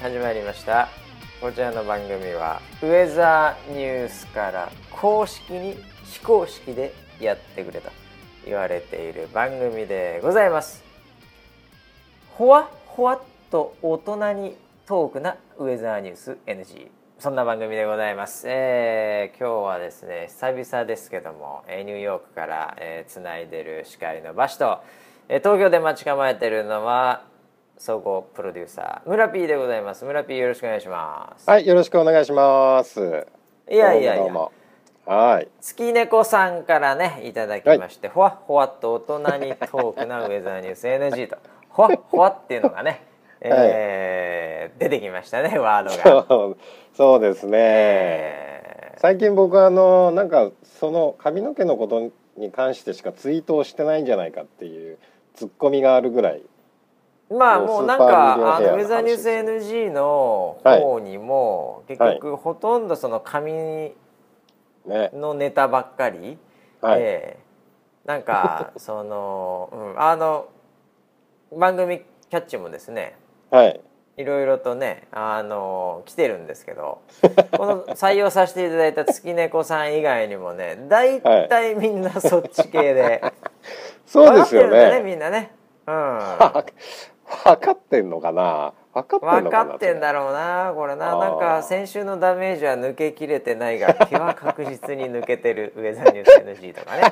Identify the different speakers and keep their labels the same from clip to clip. Speaker 1: 始まりましたこちらの番組はウェザーニュースから公式に非公式でやってくれと言われている番組でございますほわほわっと大人にトークなウェザーニュース NG そんな番組でございます、えー今日はですね久々ですけどもえーニューヨークからえーつないでる司会のバシとえー東京で待ち構えてるのは総合プロデューサー村 P でございます村 P よろしくお願いします
Speaker 2: はい、よろしくお願いします。
Speaker 1: いやいやいや
Speaker 2: どうもどうも。はい。
Speaker 1: 月猫さんからねいただきまして、ほわほわっと大人にトークなウェザーニュース NG とほわほわっていうのがね、えー出てきましたねワードが。
Speaker 2: そう そうですね。
Speaker 1: え
Speaker 2: 最近僕はあのなんかその髪の毛のことに関してしかツイートをしてないんじゃないかっていうツッコミがあるぐらい。
Speaker 1: ーまあ
Speaker 2: もう
Speaker 1: もうなん
Speaker 2: スーパーミリオン
Speaker 1: かあ
Speaker 2: ヘア
Speaker 1: の
Speaker 2: の
Speaker 1: ウェザーニュース NG の方にも、結局ほとんどその紙
Speaker 2: ね。
Speaker 1: のネタばっかり、
Speaker 2: はい。
Speaker 1: えーなん かその、うん、あの番組キャッチもですね
Speaker 2: はい。
Speaker 1: いろいろとね、あの来てるんですけ どこの採用させていただいた月猫さん以外にもね大体みんなそっち系で、
Speaker 2: そうですよ
Speaker 1: 分かってるんだね
Speaker 2: ね。
Speaker 1: みんなね、うん、
Speaker 2: わかってんのかな。わかってん
Speaker 1: 分
Speaker 2: の
Speaker 1: か
Speaker 2: かな。
Speaker 1: ってんだろうなこれな
Speaker 2: あー
Speaker 1: なんか先週のダメージは抜けきれてないが気は確実に抜けてるウェザーニュース NG とかね、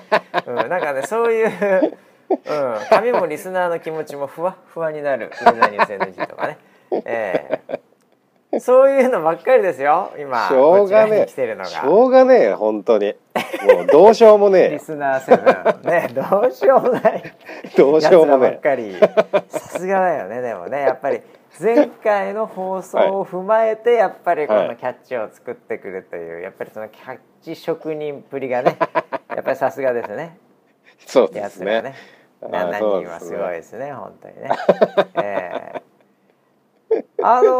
Speaker 1: うん、なんかねそういう、うん、紙もリスナーの気持ちもふわっふわになるウェザーニュース NG とかね、ええそういうのばっかりですよ今
Speaker 2: しょうが
Speaker 1: こちら
Speaker 2: ね
Speaker 1: に来てるのが
Speaker 2: え。しょうがねえ本当に。もうどうしようも ね
Speaker 1: リ
Speaker 2: え。
Speaker 1: スナーセブンねどうしようもない。
Speaker 2: どうしようも
Speaker 1: やつらば
Speaker 2: ね
Speaker 1: っかりさすがだよね でもねやっぱり前回の放送を踏まえてやっぱりこのキャッチを作ってくるというやっぱりそのキャッチ職人っぷりが ねやっぱりさすがですね
Speaker 2: え。そうで
Speaker 1: や
Speaker 2: す
Speaker 1: つら
Speaker 2: ね
Speaker 1: ね。
Speaker 2: あー
Speaker 1: 7
Speaker 2: そう
Speaker 1: 人
Speaker 2: ですね
Speaker 1: はすごいですね本当にね、えーあの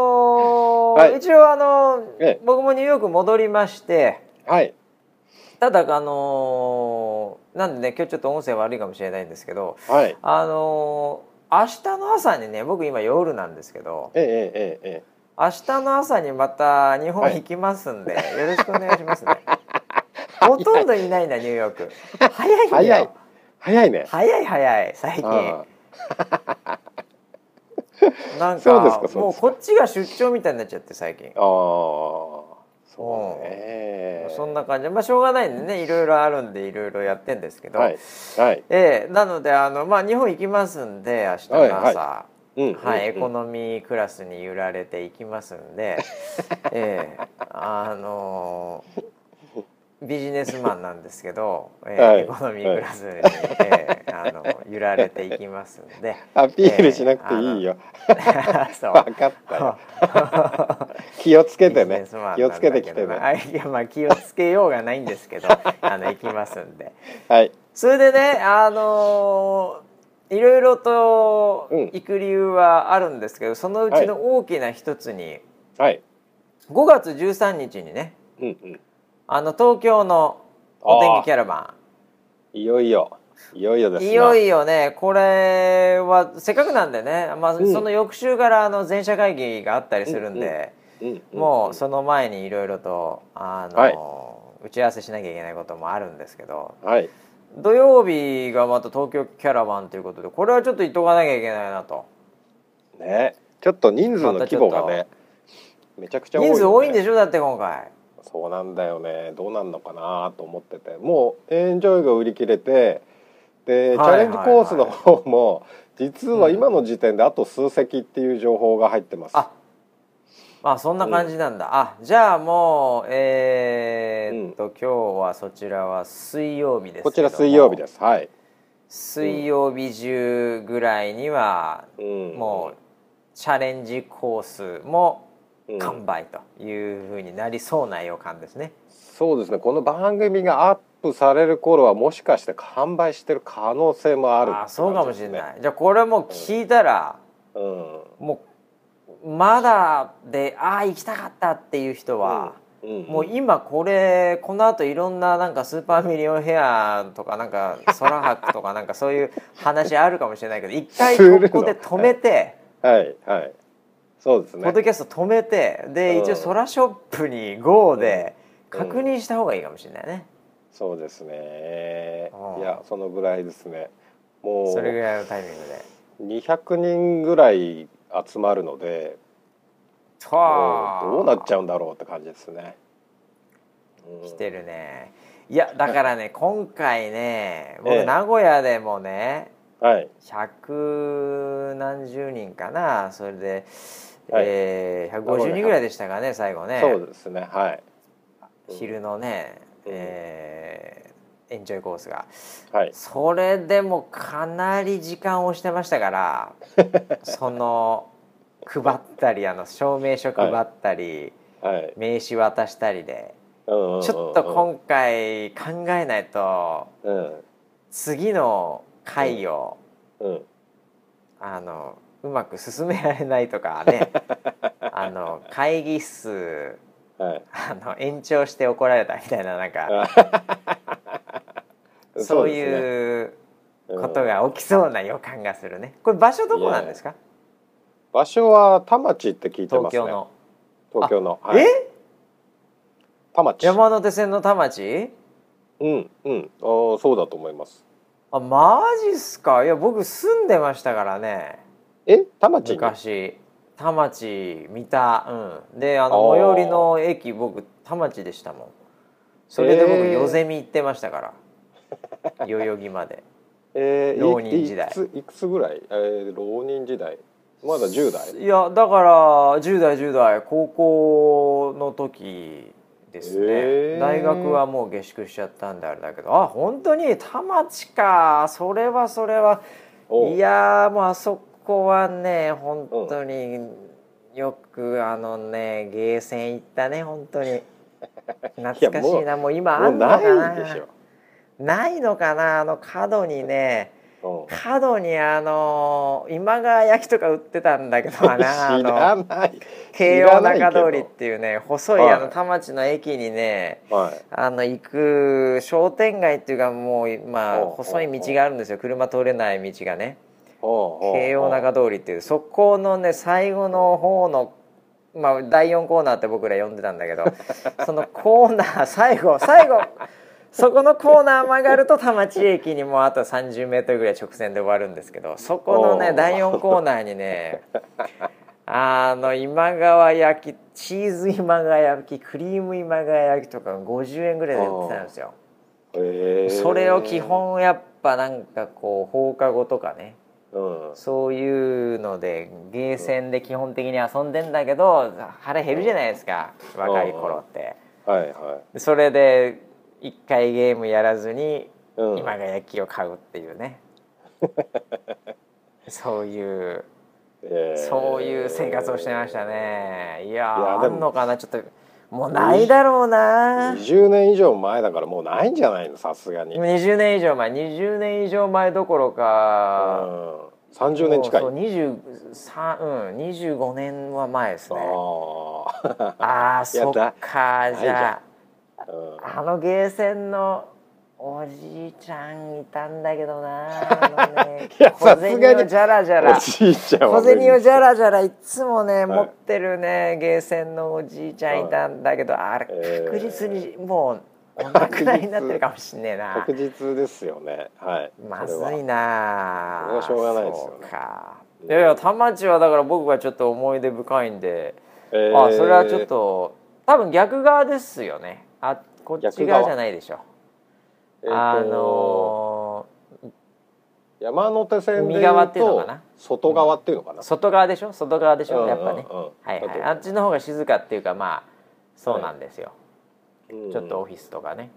Speaker 1: ー
Speaker 2: はい
Speaker 1: 一応あのー
Speaker 2: ええ
Speaker 1: 僕もニューヨーク戻りまして
Speaker 2: はい。
Speaker 1: ただあのーなんでね今日ちょっと音声悪いかもしれないんですけど
Speaker 2: はい。
Speaker 1: あのー明日の朝にね僕今夜なんですけど
Speaker 2: ええええええ。
Speaker 1: 明日の朝にまた日本
Speaker 2: はい
Speaker 1: 行きますんで、よろしくお願いします ねほとんどいないなニューヨーク早いんだ
Speaker 2: 早い
Speaker 1: よ
Speaker 2: 早いね
Speaker 1: 早い早い最近
Speaker 2: あ
Speaker 1: なん
Speaker 2: そうです
Speaker 1: か
Speaker 2: かそうですか
Speaker 1: もうこっちが出張みたいになっちゃって最近
Speaker 2: あそうね
Speaker 1: そんな感じでまあしょうがないんでねいろいろあるんでいろいろやってんですけど、
Speaker 2: はいはい
Speaker 1: ええなのであの、まあ、日本行きますんで明日の朝、
Speaker 2: はいうん
Speaker 1: はい、エコノ
Speaker 2: の
Speaker 1: ミークラスに揺られていきますんで、 ええあのビジネスマンなんですけど、ええ
Speaker 2: はい
Speaker 1: エコノミークラスに、ええあの揺られていきますん で
Speaker 2: アピールしなくていいよ
Speaker 1: そう
Speaker 2: 分かっ たよ気をつけてね気をつけてきてね
Speaker 1: あいやまあ気をつけようがないんです けどあの行きますんで
Speaker 2: はい
Speaker 1: それでねあのーいろいろと
Speaker 2: うん
Speaker 1: 行く理由はあるんですけど、そのうちの
Speaker 2: は
Speaker 1: 大きな一つに、
Speaker 2: はい
Speaker 1: 5月13日にね
Speaker 2: うんうん
Speaker 1: あの東京のお天気キャラバ
Speaker 2: いよいよいよいよで
Speaker 1: ン
Speaker 2: す
Speaker 1: いよい
Speaker 2: よ
Speaker 1: よねこれはせっかくなんでね、まあ
Speaker 2: ん
Speaker 1: その翌週からあの全社会議があったりするんで、もうその前にいろいろとあの、
Speaker 2: はい
Speaker 1: 打ち合わせしなきゃいけないこともあるんですけど
Speaker 2: はい
Speaker 1: 土曜日がまた東京キャラバンということでこれはちょっと行っとかなきゃいけないなと
Speaker 2: ねちょっと人数の規模がねめちゃくちゃ多い
Speaker 1: 人数多いんで
Speaker 2: し
Speaker 1: しょだって今回
Speaker 2: ょそうなんだよねどうなんのかなと思っててもうエンジョイが売り切れてで、
Speaker 1: はいはいはい
Speaker 2: チャレンジコースの方も実は今の時点であと数席っていう情報が入ってます、
Speaker 1: あまあそんな感じなんだ、あじゃあもうえーっと、今日はそちらは水曜日です
Speaker 2: こちら水曜日
Speaker 1: す
Speaker 2: ですはい、
Speaker 1: 水曜日中ぐらいには、
Speaker 2: うん
Speaker 1: もうチャレンジコースも
Speaker 2: うん
Speaker 1: 完売というふうになりそうな予感ですね、
Speaker 2: そうですねこの番組がアップされる頃はもしかして完売してる可能性もある
Speaker 1: あそうかもしれ
Speaker 2: い、
Speaker 1: ない、じゃあこれもう聞いたら、
Speaker 2: うん
Speaker 1: もうまだでああ行きたかったっていう人は、
Speaker 2: うん、
Speaker 1: もう今これこの後いろんななんかスーパーミリオンヘアとかなんか空白とかなんかそういう話あるかもしれないけど一回
Speaker 2: するの
Speaker 1: ここで止めて
Speaker 2: はいはいそうです
Speaker 1: ポ
Speaker 2: ね
Speaker 1: ッドキャスト止めてで、
Speaker 2: うん
Speaker 1: 一応ソラショップに GO で
Speaker 2: うん
Speaker 1: 確認した方がいいかもしれないね、
Speaker 2: そうですね
Speaker 1: うん
Speaker 2: いやそのぐらいですねも
Speaker 1: それぐ
Speaker 2: う
Speaker 1: らいのタイミングで。
Speaker 2: 200人ぐらい集まるので
Speaker 1: はあ
Speaker 2: もうどうなっちゃうんだろうって感じですね、うん
Speaker 1: 来てるねいやだからね今回ね
Speaker 2: え
Speaker 1: 僕
Speaker 2: え
Speaker 1: 名古屋でもね
Speaker 2: はい
Speaker 1: 百何十人かなそれで、
Speaker 2: はい
Speaker 1: えー、150人ぐらいでしたかね最後ね
Speaker 2: そうですねはい
Speaker 1: 昼のね、
Speaker 2: うん
Speaker 1: えーエンジョイコースが
Speaker 2: はい
Speaker 1: それでもかなり時間をしてましたから その配ったりあの証明書配ったり、
Speaker 2: はい、
Speaker 1: 名刺渡したりで
Speaker 2: うんうんうんうん
Speaker 1: ちょっと今回考えないと
Speaker 2: うん
Speaker 1: 次の回を、
Speaker 2: うん
Speaker 1: あのうまく進められないとか ねあの会議室
Speaker 2: はい
Speaker 1: あの延長して怒られたみたいななんかそういう
Speaker 2: う
Speaker 1: こと
Speaker 2: ん
Speaker 1: が起きそうな予感がするね。これ場所どこなんですか？
Speaker 2: 場所は田町って聞いてま
Speaker 1: 東
Speaker 2: すね
Speaker 1: 京の、
Speaker 2: 東京の、はい、
Speaker 1: え
Speaker 2: 田町
Speaker 1: 山手線の田町？
Speaker 2: うんうんあーそうだと思います
Speaker 1: あマジっすか？いや僕住んでましたからね。
Speaker 2: え田町に
Speaker 1: 昔田町三田うんであの
Speaker 2: あー
Speaker 1: 最寄りの駅僕田町でしたもんそれで僕
Speaker 2: へー
Speaker 1: 夜ゼミ行ってましたから代々木まで
Speaker 2: えー、
Speaker 1: 浪
Speaker 2: い
Speaker 1: 人時代
Speaker 2: いくついくつぐらい、えー、浪人時代まだ10代
Speaker 1: いやだから10代10代高校の時ですね、
Speaker 2: へー
Speaker 1: 大学はもう下宿しちゃったんであれだけどあ本当に田町かそれはそれは
Speaker 2: お
Speaker 1: いやーもうあそこはね本当によくあのねゲーセン行ったね本当 に懐かしいなもう今あ
Speaker 2: もうん
Speaker 1: のかな
Speaker 2: ないでし
Speaker 1: ないのかなあの角にね
Speaker 2: ょ、うん、
Speaker 1: 角にあの今川焼きとか売ってたんだけどなあ
Speaker 2: 知
Speaker 1: の
Speaker 2: らない
Speaker 1: 京王中通りっ
Speaker 2: 知
Speaker 1: ていうね細い
Speaker 2: はい
Speaker 1: あの田町の駅にね
Speaker 2: らないけどはい
Speaker 1: あの行く商店街っていうかもうまあ
Speaker 2: おうおうおう
Speaker 1: 細い道があるんですよ車通れない道がね。
Speaker 2: おうおうおう
Speaker 1: 京王中通りっていうそこのね最後の方の、まあ、第4コーナーって僕ら呼んでたんだけ どそのコーナー最後最後そこのコーナー曲がると田町駅にもうあと3 0ルぐらい直線で終わるんですけどそこのね
Speaker 2: おー
Speaker 1: 第4コーナーにねあの今川焼きチーズ今川焼きクリーム今川焼きとか50円ぐらいで売ってたんですよ。
Speaker 2: へー
Speaker 1: それを基本やっぱなんかこう放課後とかね
Speaker 2: うん
Speaker 1: そういうのでゲーセンで基本的に遊んでんだけど腹減るじゃないですか若い頃って
Speaker 2: はいは
Speaker 1: でそれで一回ゲームやらずに
Speaker 2: い、うん、
Speaker 1: 今が焼きを買うっていう ねそういう
Speaker 2: えー
Speaker 1: そういう生活をしてましたねいや
Speaker 2: い
Speaker 1: ー
Speaker 2: や
Speaker 1: あ
Speaker 2: でも
Speaker 1: んのかなちょっともうないだろうな
Speaker 2: 20年以上前だからもうないんじゃないのさすがに、うん、
Speaker 1: 20年以上前20年以上前どころか
Speaker 2: 30年近い
Speaker 1: そうそう23うん25年は前ですね
Speaker 2: あ
Speaker 1: ああ
Speaker 2: いや
Speaker 1: そっ
Speaker 2: だ
Speaker 1: か
Speaker 2: ない
Speaker 1: じゃ
Speaker 2: あ、うん
Speaker 1: ああのゲーセンのおじいちゃんいたんだけど なあのね
Speaker 2: いや
Speaker 1: 小
Speaker 2: さす
Speaker 1: 銭
Speaker 2: が
Speaker 1: を
Speaker 2: に
Speaker 1: じゃらじゃら
Speaker 2: おじいちゃんは
Speaker 1: 小
Speaker 2: 無理
Speaker 1: 銭をじゃらじゃらいつもね、
Speaker 2: い
Speaker 1: 持ってるねゲーセンのおじいちゃんいたんだけど、あれ
Speaker 2: えー
Speaker 1: 確実にもうお亡くなりになってるかもしんねえな
Speaker 2: 確実ですよねはい
Speaker 1: まず
Speaker 2: それ
Speaker 1: い
Speaker 2: は
Speaker 1: なあ
Speaker 2: それはしょうがないですよね
Speaker 1: そうかいやいや田町はだから僕はちょっと思い出深いんで、
Speaker 2: えー
Speaker 1: あそれはちょっと多分逆側ですよねあこっち
Speaker 2: 逆
Speaker 1: 側
Speaker 2: 側
Speaker 1: じゃないでしょ、
Speaker 2: えーと
Speaker 1: あの
Speaker 2: 山手線で
Speaker 1: 右
Speaker 2: 言
Speaker 1: 側っ
Speaker 2: う
Speaker 1: ていうのか
Speaker 2: と
Speaker 1: な
Speaker 2: 外側っていうのか
Speaker 1: ー
Speaker 2: な、
Speaker 1: 外側でしょ外側でしょ、やっぱね、
Speaker 2: うんうんうん
Speaker 1: はいはい
Speaker 2: だ
Speaker 1: あっちの方が静かっていうかまあそうなんですよ、
Speaker 2: うん
Speaker 1: ちょっとオフィスとかね、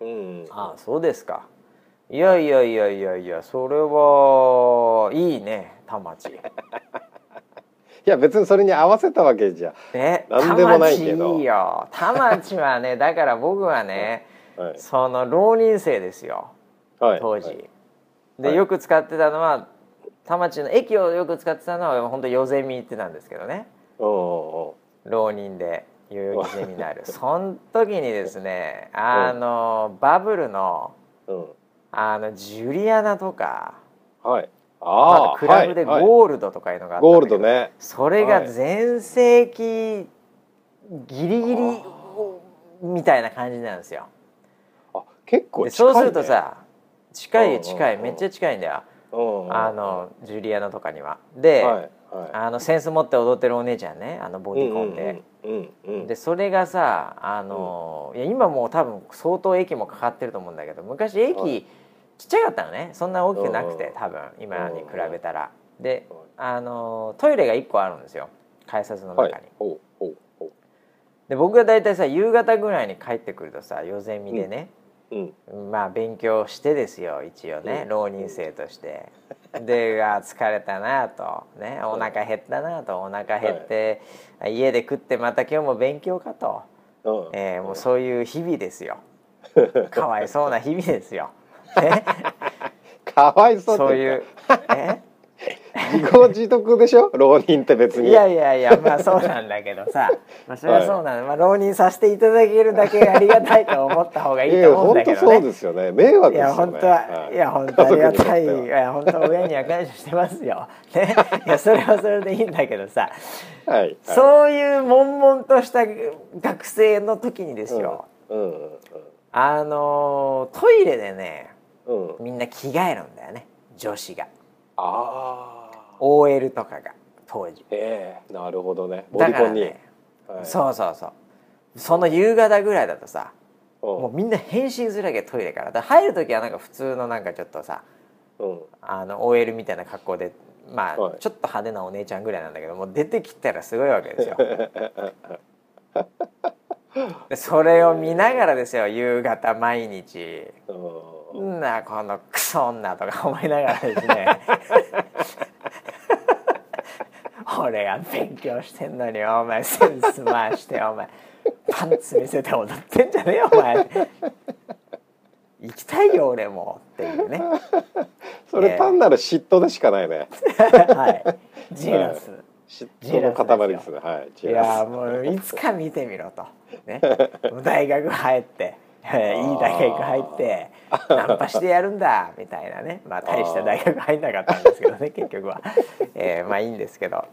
Speaker 2: うん
Speaker 1: ああそうですかいやいやいやいやいやそれはいいね田 町
Speaker 2: いや別にそれに合わせたわけじゃ、
Speaker 1: ね
Speaker 2: なんでもないけ
Speaker 1: 田
Speaker 2: ど
Speaker 1: 町いいよ田町はねだから僕はね
Speaker 2: はい
Speaker 1: その浪人生ですよ
Speaker 2: はい、
Speaker 1: 当時、
Speaker 2: はいは
Speaker 1: で
Speaker 2: い
Speaker 1: よく使ってたのは田町の駅をよく使ってたのは本当夜ゼミ行ってたんですけどね
Speaker 2: う
Speaker 1: 浪人で代々木ゼミナールその時にですねあのバブルの
Speaker 2: んうんうんうん
Speaker 1: あのジュリアナとか
Speaker 2: はい
Speaker 1: ま
Speaker 2: あ
Speaker 1: だクラブで
Speaker 2: はいはい
Speaker 1: ゴールドとかいうのがあったん
Speaker 2: ゴ
Speaker 1: だ
Speaker 2: ール
Speaker 1: けど
Speaker 2: ドね
Speaker 1: それが全盛期ギリギリみたいな感じなんですよ。
Speaker 2: あ結構
Speaker 1: で
Speaker 2: 近い、
Speaker 1: そう
Speaker 2: ね、
Speaker 1: するとさ近いよ近
Speaker 2: う
Speaker 1: い
Speaker 2: んうんう
Speaker 1: め
Speaker 2: ん
Speaker 1: っちゃ近いんだよ
Speaker 2: うんうんうん、
Speaker 1: あのジュリアナとかには。で、
Speaker 2: はいは
Speaker 1: あのセンス持って踊ってるお姉ちゃんねあのボ
Speaker 2: い
Speaker 1: ディコンで。
Speaker 2: うんうんうん
Speaker 1: でそれがさあの、いや今もう多分相当駅もかかってると思うんだけど昔駅、
Speaker 2: はい
Speaker 1: ちっちゃかったのねそんな大きくなくて、
Speaker 2: うん
Speaker 1: 多分今に比べたら。で
Speaker 2: はい
Speaker 1: あのトイレが1個あるんですよ改札の中
Speaker 2: は
Speaker 1: に。
Speaker 2: いおうおうおう
Speaker 1: で僕が大体さ夕方ぐらいに帰ってくるとさ夜ゼミでね、
Speaker 2: うん
Speaker 1: まあ勉強してですよ一応ね、
Speaker 2: うん
Speaker 1: 浪人生として。であ疲れたなとねお腹減ったなとお腹減って、家で食ってまた今日も勉強かと。
Speaker 2: うん
Speaker 1: えーもうそういう日々です よかわいそうな日々ですよ、ね、
Speaker 2: かわいそうって
Speaker 1: そうい
Speaker 2: 言っ
Speaker 1: う、 え
Speaker 2: た自業自得で しょ浪人って別に
Speaker 1: いやいやいやまあそうなんだけどさ、まあ、それはそうなんだ、まあ、浪人させていただけるだけありがたいと思った方がいいと思うんだけ
Speaker 2: いや本
Speaker 1: ど
Speaker 2: 当そう
Speaker 1: ね
Speaker 2: ですよね迷惑
Speaker 1: い
Speaker 2: ですよね
Speaker 1: や本当は、い、や本当ありがたいい
Speaker 2: 家族にとっては
Speaker 1: や本当親には感謝してます よ、ね、いやそれはそれでいいんだけどさ
Speaker 2: はいはい
Speaker 1: そういう悶々とした学生の時にですよ、
Speaker 2: うんうん
Speaker 1: あのトイレでね
Speaker 2: うんうん
Speaker 1: みんな着替えるんだよね女子が
Speaker 2: ああ
Speaker 1: OL とかが当時
Speaker 2: ええなるほどねボデ
Speaker 1: だ
Speaker 2: ィ
Speaker 1: か
Speaker 2: コ
Speaker 1: ら
Speaker 2: ンに、
Speaker 1: ね、
Speaker 2: はい
Speaker 1: そうそうそうその夕方ぐらいだとさ
Speaker 2: うん
Speaker 1: もうみんな変身するだけトイレからだから入る時はなんか普通のなんかちょっとさ
Speaker 2: うん
Speaker 1: あの OL みたいな格好でまあ、
Speaker 2: はい
Speaker 1: ちょっと派手なお姉ちゃんぐらいなんだけどもう出てきたらすごいわけです よでそれを見ながらですよ夕方毎日
Speaker 2: うん
Speaker 1: んなこのクソ女とか思いながらです ね俺が勉強してんのにお前センス回してお前パンツ見せて踊ってんじゃねえよお前行きたいよ俺もっていうね
Speaker 2: それ単なる嫉妬でしかな いね、
Speaker 1: はいジーラス、
Speaker 2: 嫉妬の塊ですねはいジ
Speaker 1: い
Speaker 2: ェラス
Speaker 1: やーもういつか見てみろと、ね、もう大学入って えーいい大学入ってナンパしてやるんだみたいなねまあ大した大学入んなかったんですけ どね結局は、えーまあいいんですけど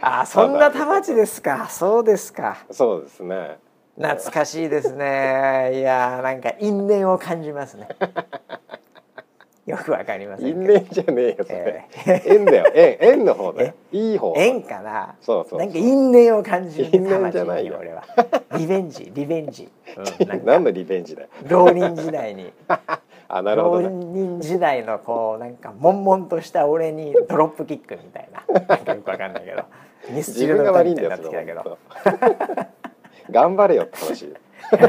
Speaker 1: あーそんな田町ですかそうですか
Speaker 2: そうですね
Speaker 1: 懐かしいですねいやーなんか因縁を感じます ねよくわかりません
Speaker 2: 因
Speaker 1: けど
Speaker 2: 縁じゃねえよそれ、
Speaker 1: え
Speaker 2: 縁だよ縁縁の方ねいい方
Speaker 1: 縁かな
Speaker 2: そうそうそう
Speaker 1: なんか因縁を感じるね
Speaker 2: 因縁じゃないよ
Speaker 1: 田町に俺はリベンジリベンジ、うんなんか
Speaker 2: 何のリベンジだよ
Speaker 1: 浪人時代に
Speaker 2: あ なるほ
Speaker 1: 浪
Speaker 2: どね
Speaker 1: 人時代のこうなんか悶々とした俺にドロップキックみたいななんかよくわかんないけどミスチ
Speaker 2: 自
Speaker 1: ル
Speaker 2: 分
Speaker 1: の歌
Speaker 2: が悪い
Speaker 1: みた
Speaker 2: んだ
Speaker 1: いに
Speaker 2: よ
Speaker 1: なってきたけど
Speaker 2: 頑張れよって話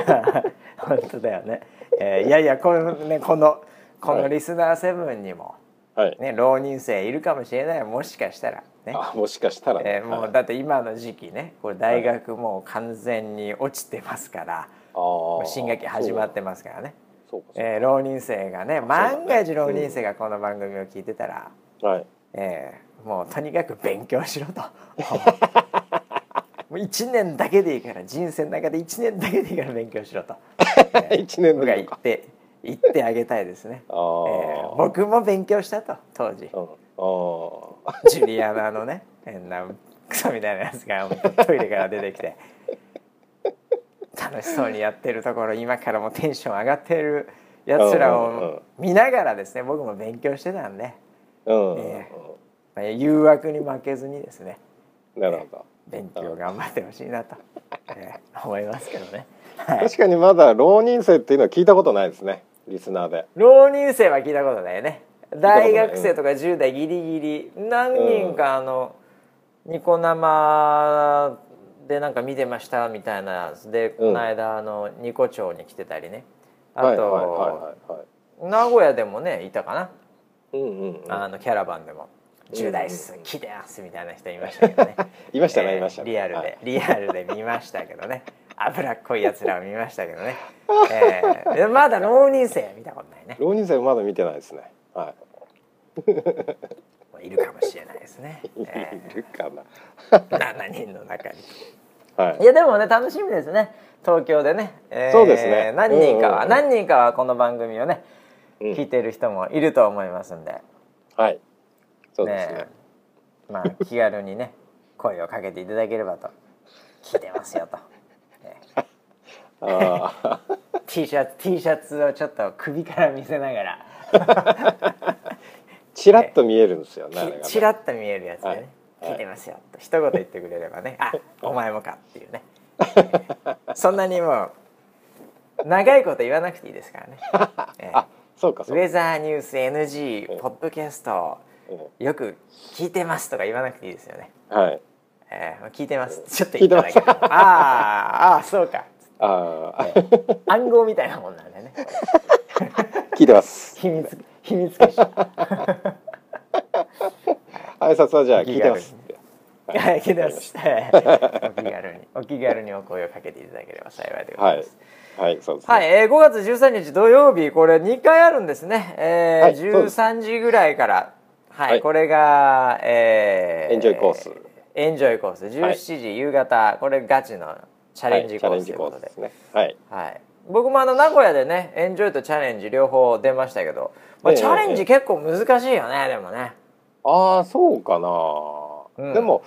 Speaker 1: 本当だよね、えーいやいやこのねこのこのリスナーセブンにも、
Speaker 2: はい、
Speaker 1: ね、浪人生いるかもしれないもしかしたらね、
Speaker 2: あもしかしたら、ね
Speaker 1: えーも
Speaker 2: はいう
Speaker 1: だって今の時期ねこれ大学もう完全に落ちてますから、
Speaker 2: あー
Speaker 1: 新学期始まってますからね。
Speaker 2: そうかそうか
Speaker 1: えー浪人生がね万が一浪人生がこの番組を聞いてたら、
Speaker 2: はい
Speaker 1: えーもうとにかく勉強しろとも う1年だけでいいから人生の中で1年だけでいいから勉強しろと
Speaker 2: 一年
Speaker 1: 僕
Speaker 2: 分
Speaker 1: が
Speaker 2: だ
Speaker 1: 言
Speaker 2: け
Speaker 1: って言ってあげたいですね、え
Speaker 2: あー
Speaker 1: ー僕も勉強したと当時
Speaker 2: うんああ
Speaker 1: ジュリアナのね変なクソみたいなやつがトイレから出てきて楽しそうにやってるところ今からもテンション上がってるやつら
Speaker 2: うんうんうん
Speaker 1: を見ながらですね僕も勉強してたんで、
Speaker 2: うん、
Speaker 1: えまあ、誘惑に負けずにですね
Speaker 2: なるほど
Speaker 1: 勉強頑張ってほしいなと、えー思いますけどね。はい
Speaker 2: 確かにまだ浪人生っていうのは聞いたことないですねリスナーで
Speaker 1: 浪人生は聞いたことないね
Speaker 2: たことな
Speaker 1: 大
Speaker 2: い
Speaker 1: 学生とか10代ギリギリ何人かあの、ニコ生でなんか見てましたみたいなやつで、この間あのニコ町に来てたりねあと、
Speaker 2: はいはいはいはいはい
Speaker 1: 名古屋でもねいたかな、
Speaker 2: うんうんうん
Speaker 1: あのキャラバンでも「
Speaker 2: ん
Speaker 1: 10代っす来てます」みたいな人いましたけどね
Speaker 2: いましたね
Speaker 1: えー
Speaker 2: いましたね
Speaker 1: リアルで、
Speaker 2: はい
Speaker 1: リアルで見ましたけど ね脂っこいやつらを見ましたけどね、えーでまだ浪人生は見たことないね
Speaker 2: 浪人生まだ見てないですねはい
Speaker 1: まあいるかもしれないですね。え
Speaker 2: いるかな
Speaker 1: ー、7人の中に。
Speaker 2: はい
Speaker 1: いやでもね楽しみですね。東京でね。えー
Speaker 2: そうですね
Speaker 1: 何人かは、
Speaker 2: うんうんうん
Speaker 1: 何人かはこの番組をね、
Speaker 2: うん
Speaker 1: 聞いてる人もいると思いますんで、
Speaker 2: はいそうですね
Speaker 1: ねまあ気軽にね声をかけていただければと聞いてますよと、ね、
Speaker 2: あ
Speaker 1: T シャツ T シャツをちょっと首から見せながら
Speaker 2: チラッと見えるんですよねあれがね
Speaker 1: ちちらっと見えるやつでね、
Speaker 2: はい
Speaker 1: 聞いてますよと一言言ってくれれば ねあお前もかっていうねそんなにもう長いこと言わなくていいですからね、ええ
Speaker 2: あそうか
Speaker 1: ウ
Speaker 2: そうか
Speaker 1: ェザーニュース NG ポッドキャスト
Speaker 2: う
Speaker 1: よく聞いてますとか言わなくていいですよね、
Speaker 2: んはい
Speaker 1: ええ聞いてますちょっと
Speaker 2: 聞
Speaker 1: 言
Speaker 2: い
Speaker 1: ってた
Speaker 2: ま
Speaker 1: だ
Speaker 2: す
Speaker 1: けでもあーあーそうか
Speaker 2: ああ、
Speaker 1: 暗号みたいなもんなんだよね
Speaker 2: 聞いてます
Speaker 1: 秘密秘密結 社
Speaker 2: 挨拶はじゃあ聞いてますって
Speaker 1: はい、聞いて ます。はいお気軽に、お気軽にお声をかけていただければ幸いでござ
Speaker 2: はい
Speaker 1: ま
Speaker 2: い
Speaker 1: す。
Speaker 2: はいそうですね
Speaker 1: はい、えー、5月13日土曜日これ2回あるんですね、えー
Speaker 2: はいそうです
Speaker 1: 13時ぐらいから、はい
Speaker 2: はい
Speaker 1: これが、えー
Speaker 2: エンジョイコース
Speaker 1: エンジョイコース17時夕方、これガチのチャレンジコ
Speaker 2: はい
Speaker 1: ースとい
Speaker 2: チャレンジ
Speaker 1: う
Speaker 2: コ
Speaker 1: こ
Speaker 2: ー
Speaker 1: と
Speaker 2: スで、
Speaker 1: です
Speaker 2: ねはい
Speaker 1: はい、僕もあの名古屋でねエンジョイとチャレンジ両方出ましたけど、まあ
Speaker 2: ええ
Speaker 1: チャレンジ結構難しいよねでもね
Speaker 2: ああそうかな、
Speaker 1: うん
Speaker 2: でも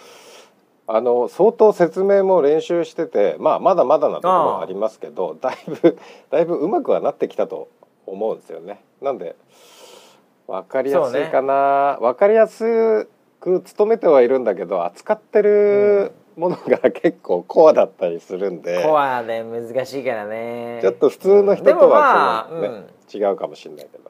Speaker 2: あの相当説明も練習してて、まあ、まだまだなところはありますけどだいぶだいぶうまくはなってきたと思うんですよね。なんで分かりやすいかな、分かりやすく努めてはいるんだけど扱ってるものが結構コアだったりするんで、
Speaker 1: コアで難しいからね
Speaker 2: ちょっと普通の人
Speaker 1: でも
Speaker 2: と
Speaker 1: まあ、
Speaker 2: はちょっとね
Speaker 1: うん
Speaker 2: 違うかもしれないけど。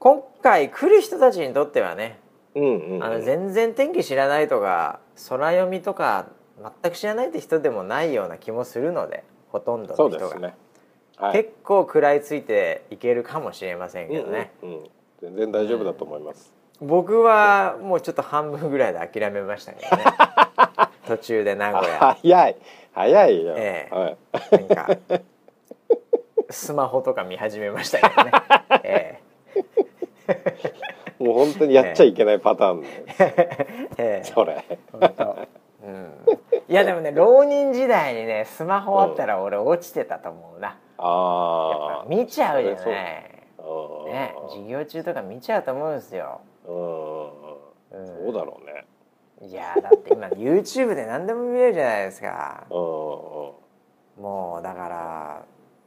Speaker 1: 今回来る人たちにとってはね
Speaker 2: うんうんうん
Speaker 1: あの全然天気知らないとか空読みとか全く知らないって人でもないような気もするのでほとんどの
Speaker 2: そうで
Speaker 1: 人
Speaker 2: す
Speaker 1: が、
Speaker 2: ね。はい
Speaker 1: 結構食らいついていけるかもしれませんけどね、
Speaker 2: うんうんうん全然大丈夫だと思います。
Speaker 1: 僕はもうちょっと半分ぐらいで諦めましたけ どね途中で名古屋
Speaker 2: あ 早い早いよ、
Speaker 1: ええ
Speaker 2: はい
Speaker 1: なんかスマホとか見始めました けどね、え
Speaker 2: もう本当にやっちゃいけないパターンだよ、
Speaker 1: えええ
Speaker 2: それ
Speaker 1: 本当うん、いやでもね浪人時代にねスマホあったら俺落ちてたと思うな、やっ
Speaker 2: あ
Speaker 1: ぱ
Speaker 2: あ
Speaker 1: 見ちゃうよ
Speaker 2: それ
Speaker 1: ね
Speaker 2: そう
Speaker 1: ね授業中とか見ちゃうと思うんですよ
Speaker 2: うん
Speaker 1: うん
Speaker 2: そうだろうね
Speaker 1: いやだって 今 YouTube で何でも見れるじゃないですか
Speaker 2: う
Speaker 1: もうだから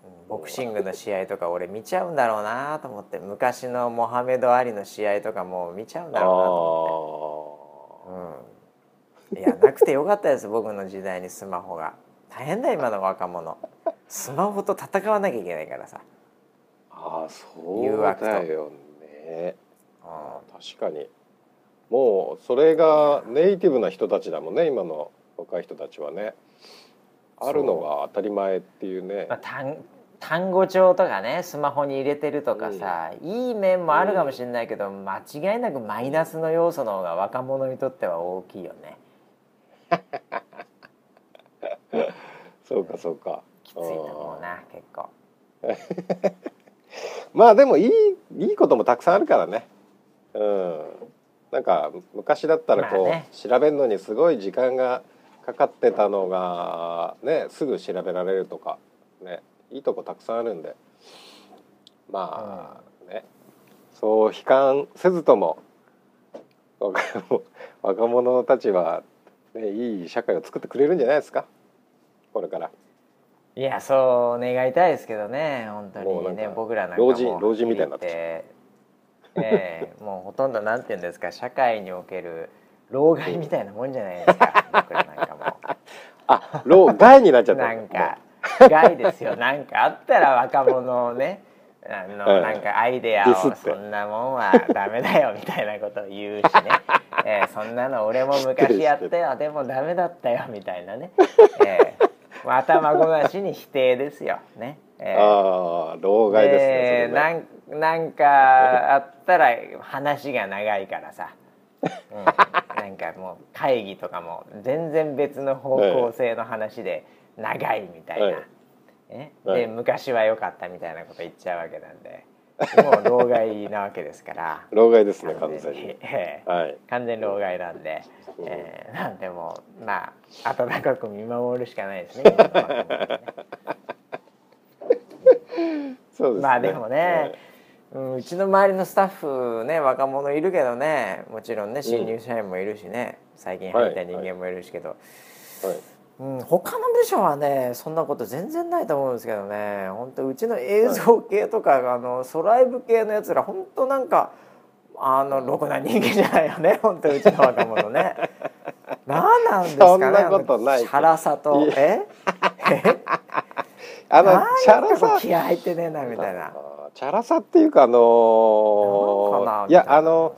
Speaker 1: うんボクシングの試合とか俺見ちゃうんだろうなと思って昔のモハメド・アリの試合とかもう見ちゃうんだろうなと思って、うん、いやなくてよかったです僕の時代にスマホが大変だ今の若者スマホと戦わなきゃいけないからさ、
Speaker 2: んあーあーそうだよね
Speaker 1: うん
Speaker 2: 確かにもうそれがネイティブな人たちだもんね今の若い人たちはねあるのが当たり前っていうね
Speaker 1: まあ、単単語帳とかねスマホに入れてるとかさ、いい面もあるかもしれないけど、間違いなくマイナスの要素の方が若者にとっては大きいよね
Speaker 2: そうかそうか
Speaker 1: きついと思うな結構
Speaker 2: まあでもいいいいこともたくさんあるからねうんなんか昔だったらこう、
Speaker 1: まあね
Speaker 2: 調べるのにすごい時間がかかってたのがねすぐ調べられるとかねいいとこたくさんあるんでまあねそう悲観せずとも若者若者たちは、ね、いい社会を作ってくれるんじゃないですかこれから
Speaker 1: いやそう願いたいですけどね本
Speaker 2: もう
Speaker 1: 当
Speaker 2: な
Speaker 1: に
Speaker 2: んか
Speaker 1: ね僕らなんか
Speaker 2: 老人
Speaker 1: もう
Speaker 2: 老人みたいになってきた
Speaker 1: ええ もうほとんどなんて言うんですか社会における老害みたいなもんじゃないです か僕らなんかもう。
Speaker 2: あ老害になっちゃった
Speaker 1: なんか害です よなんかあったら若者をねあの、
Speaker 2: うん
Speaker 1: なんかアイデア
Speaker 2: ディス
Speaker 1: を
Speaker 2: って
Speaker 1: そんなもんはダメだよみたいなことを 言うしね、えーそんなの俺も昔やったよでもダメだったよみたいな ね、えーもう頭ごなしに否定ですよね。えー
Speaker 2: ああ老害ですね。それね
Speaker 1: なんなん かあったら話が長いからさ、うん、なんかもう会議とかも全然別の方向性の話で長いみたいな、
Speaker 2: はい
Speaker 1: ね
Speaker 2: は
Speaker 1: で
Speaker 2: い
Speaker 1: 昔は良かったみたいなこと言っちゃうわけなん でもう老害なわけですから
Speaker 2: 老害ですね完全に。
Speaker 1: ええ
Speaker 2: はい。
Speaker 1: 完全老害なんで、ええなんでもうまあ温かく見守るしかないですね。 今の若者はね
Speaker 2: そうですね。
Speaker 1: まあでもね、う
Speaker 2: はい
Speaker 1: ん、うちの周りのスタッフね若者いるけどねもちろんね新入社員もいるしね、最近入った人間もいるしけど、
Speaker 2: はい
Speaker 1: うん、他の部署はねそんなこと全然ないと思うんですけどね本当うちの映像系とか、あのソライブ系のやつら本当なんかあのろくな人間じゃないよ ね本当うちの若者ね。何なんですかね
Speaker 2: そんなことない
Speaker 1: あのチャラさと
Speaker 2: いや
Speaker 1: え
Speaker 2: あの
Speaker 1: なん
Speaker 2: チャラ
Speaker 1: かこ
Speaker 2: さ
Speaker 1: う気合入ってねえなみたいな。
Speaker 2: あーチャラさっていうかあのー
Speaker 1: なんかないみたいな
Speaker 2: やあの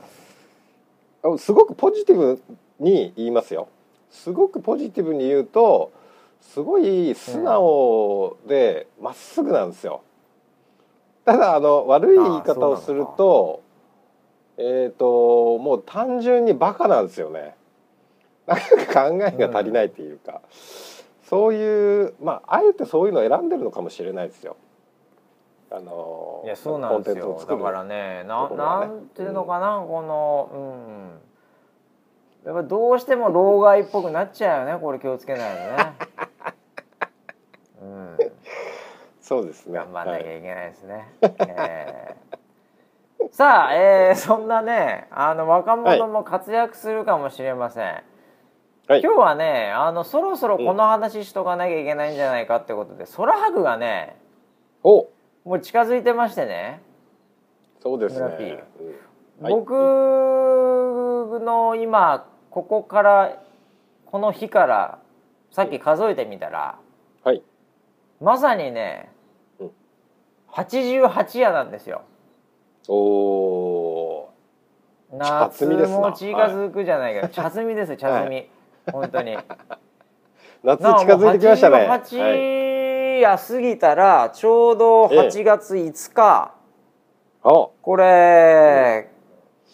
Speaker 2: すごくポジティブに言いますよすごくポジティブに言うとすごい素直でまっすぐなんですよただあの悪い言い方をするとえっ、ともう単純にバカなんですよねなんか考えが足りないっていうか、そういうまああえてそういうのを選んでるのかもしれないですよあの
Speaker 1: いやそうなんですよ
Speaker 2: コンテンツ
Speaker 1: だ
Speaker 2: を作
Speaker 1: か
Speaker 2: る
Speaker 1: らねな
Speaker 2: ところ
Speaker 1: な
Speaker 2: はね
Speaker 1: んていうのかな、このうんやっぱどうしても老害っぽくなっちゃうよねこれ気をつけないと ねうん
Speaker 2: そうですね
Speaker 1: 頑張んなき
Speaker 2: はい
Speaker 1: ゃいけないですね、えーさあ、えーそんなねあの若者も活躍するかもしれません、
Speaker 2: はい
Speaker 1: 今日はねあのそろそろこの話しとかなきゃいけないんじゃないかってことで、空白がね
Speaker 2: お
Speaker 1: もう近づいてましてね
Speaker 2: そうですね
Speaker 1: 村 P
Speaker 2: うんはい
Speaker 1: 僕の今ここからこの日からさっき数えてみたら
Speaker 2: はい
Speaker 1: まさにね
Speaker 2: うん
Speaker 1: 88夜なんですよ。
Speaker 2: おお茶
Speaker 1: 夏
Speaker 2: 摘みですな
Speaker 1: も近づくじゃないけど茶摘みです茶摘み、本 当に。
Speaker 2: 夏
Speaker 1: なあ
Speaker 2: 近づいてきましたね
Speaker 1: もう
Speaker 2: はい
Speaker 1: 88夜過ぎたらちょうど8月5日、
Speaker 2: あ
Speaker 1: これ、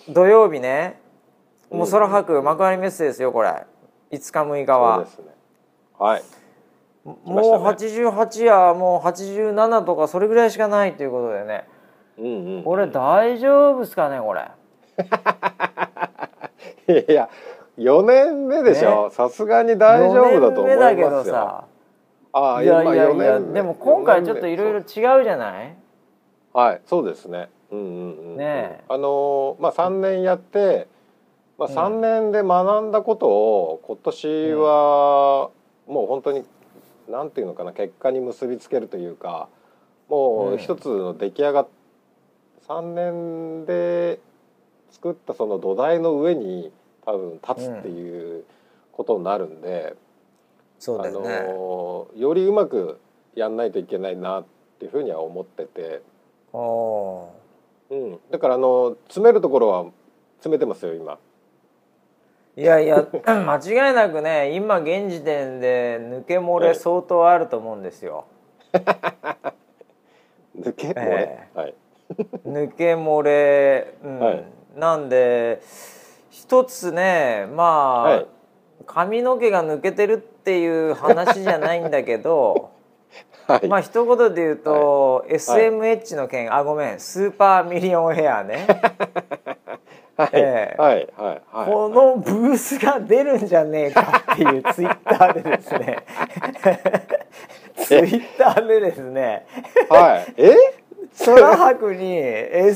Speaker 1: 土曜日ねもう空白
Speaker 2: うん
Speaker 1: 幕張メッセですよこれ5日6日
Speaker 2: そう
Speaker 1: は
Speaker 2: ですねはいました
Speaker 1: もう88やもう87とかそれぐらいしかないということでね
Speaker 2: うんうん
Speaker 1: これ大丈夫ですかねこれ
Speaker 2: いや4年目でしょさすがに大丈夫だと思い
Speaker 1: 四年目だけど
Speaker 2: ますよ
Speaker 1: さ
Speaker 2: ああ
Speaker 1: いやい
Speaker 2: 今
Speaker 1: やい
Speaker 2: 四
Speaker 1: や
Speaker 2: 年目
Speaker 1: でも今回ちょっといろいろ違うじゃない
Speaker 2: はいそうですねうんうんうん
Speaker 1: ねえ
Speaker 2: あのーまあ3年やって、まあ、3年で学んだことを今年はもう本当になんていうのかな結果に結びつけるというかも
Speaker 1: うん
Speaker 2: う一つの出来上がっ3年で作ったその土台の上に多分立つっていうことになるんで、
Speaker 1: そ
Speaker 2: あのーよりうまくやんないといけないなっていうふうには思ってて。
Speaker 1: お
Speaker 2: うん、だからあの詰めるところは詰めてますよ今
Speaker 1: ーいやいや 間違いなくね今現時点で抜け漏れ相当あると思うんですよ、
Speaker 2: 抜け漏
Speaker 1: え
Speaker 2: れ、はい
Speaker 1: 抜け漏れ、うん
Speaker 2: はい
Speaker 1: なんで一つねまあ、
Speaker 2: はい
Speaker 1: 髪の毛が抜けてるっていう話じゃないんだけど
Speaker 2: はい、
Speaker 1: まあ一言で言うと、SMH の件あごめんスーパーミリオンヘアね、
Speaker 2: はい、
Speaker 1: ええ
Speaker 2: はいはいはい
Speaker 1: このブースが出るんじゃねえかっていうツイッターでです ねツイッターでですね
Speaker 2: はいえ
Speaker 1: 空白に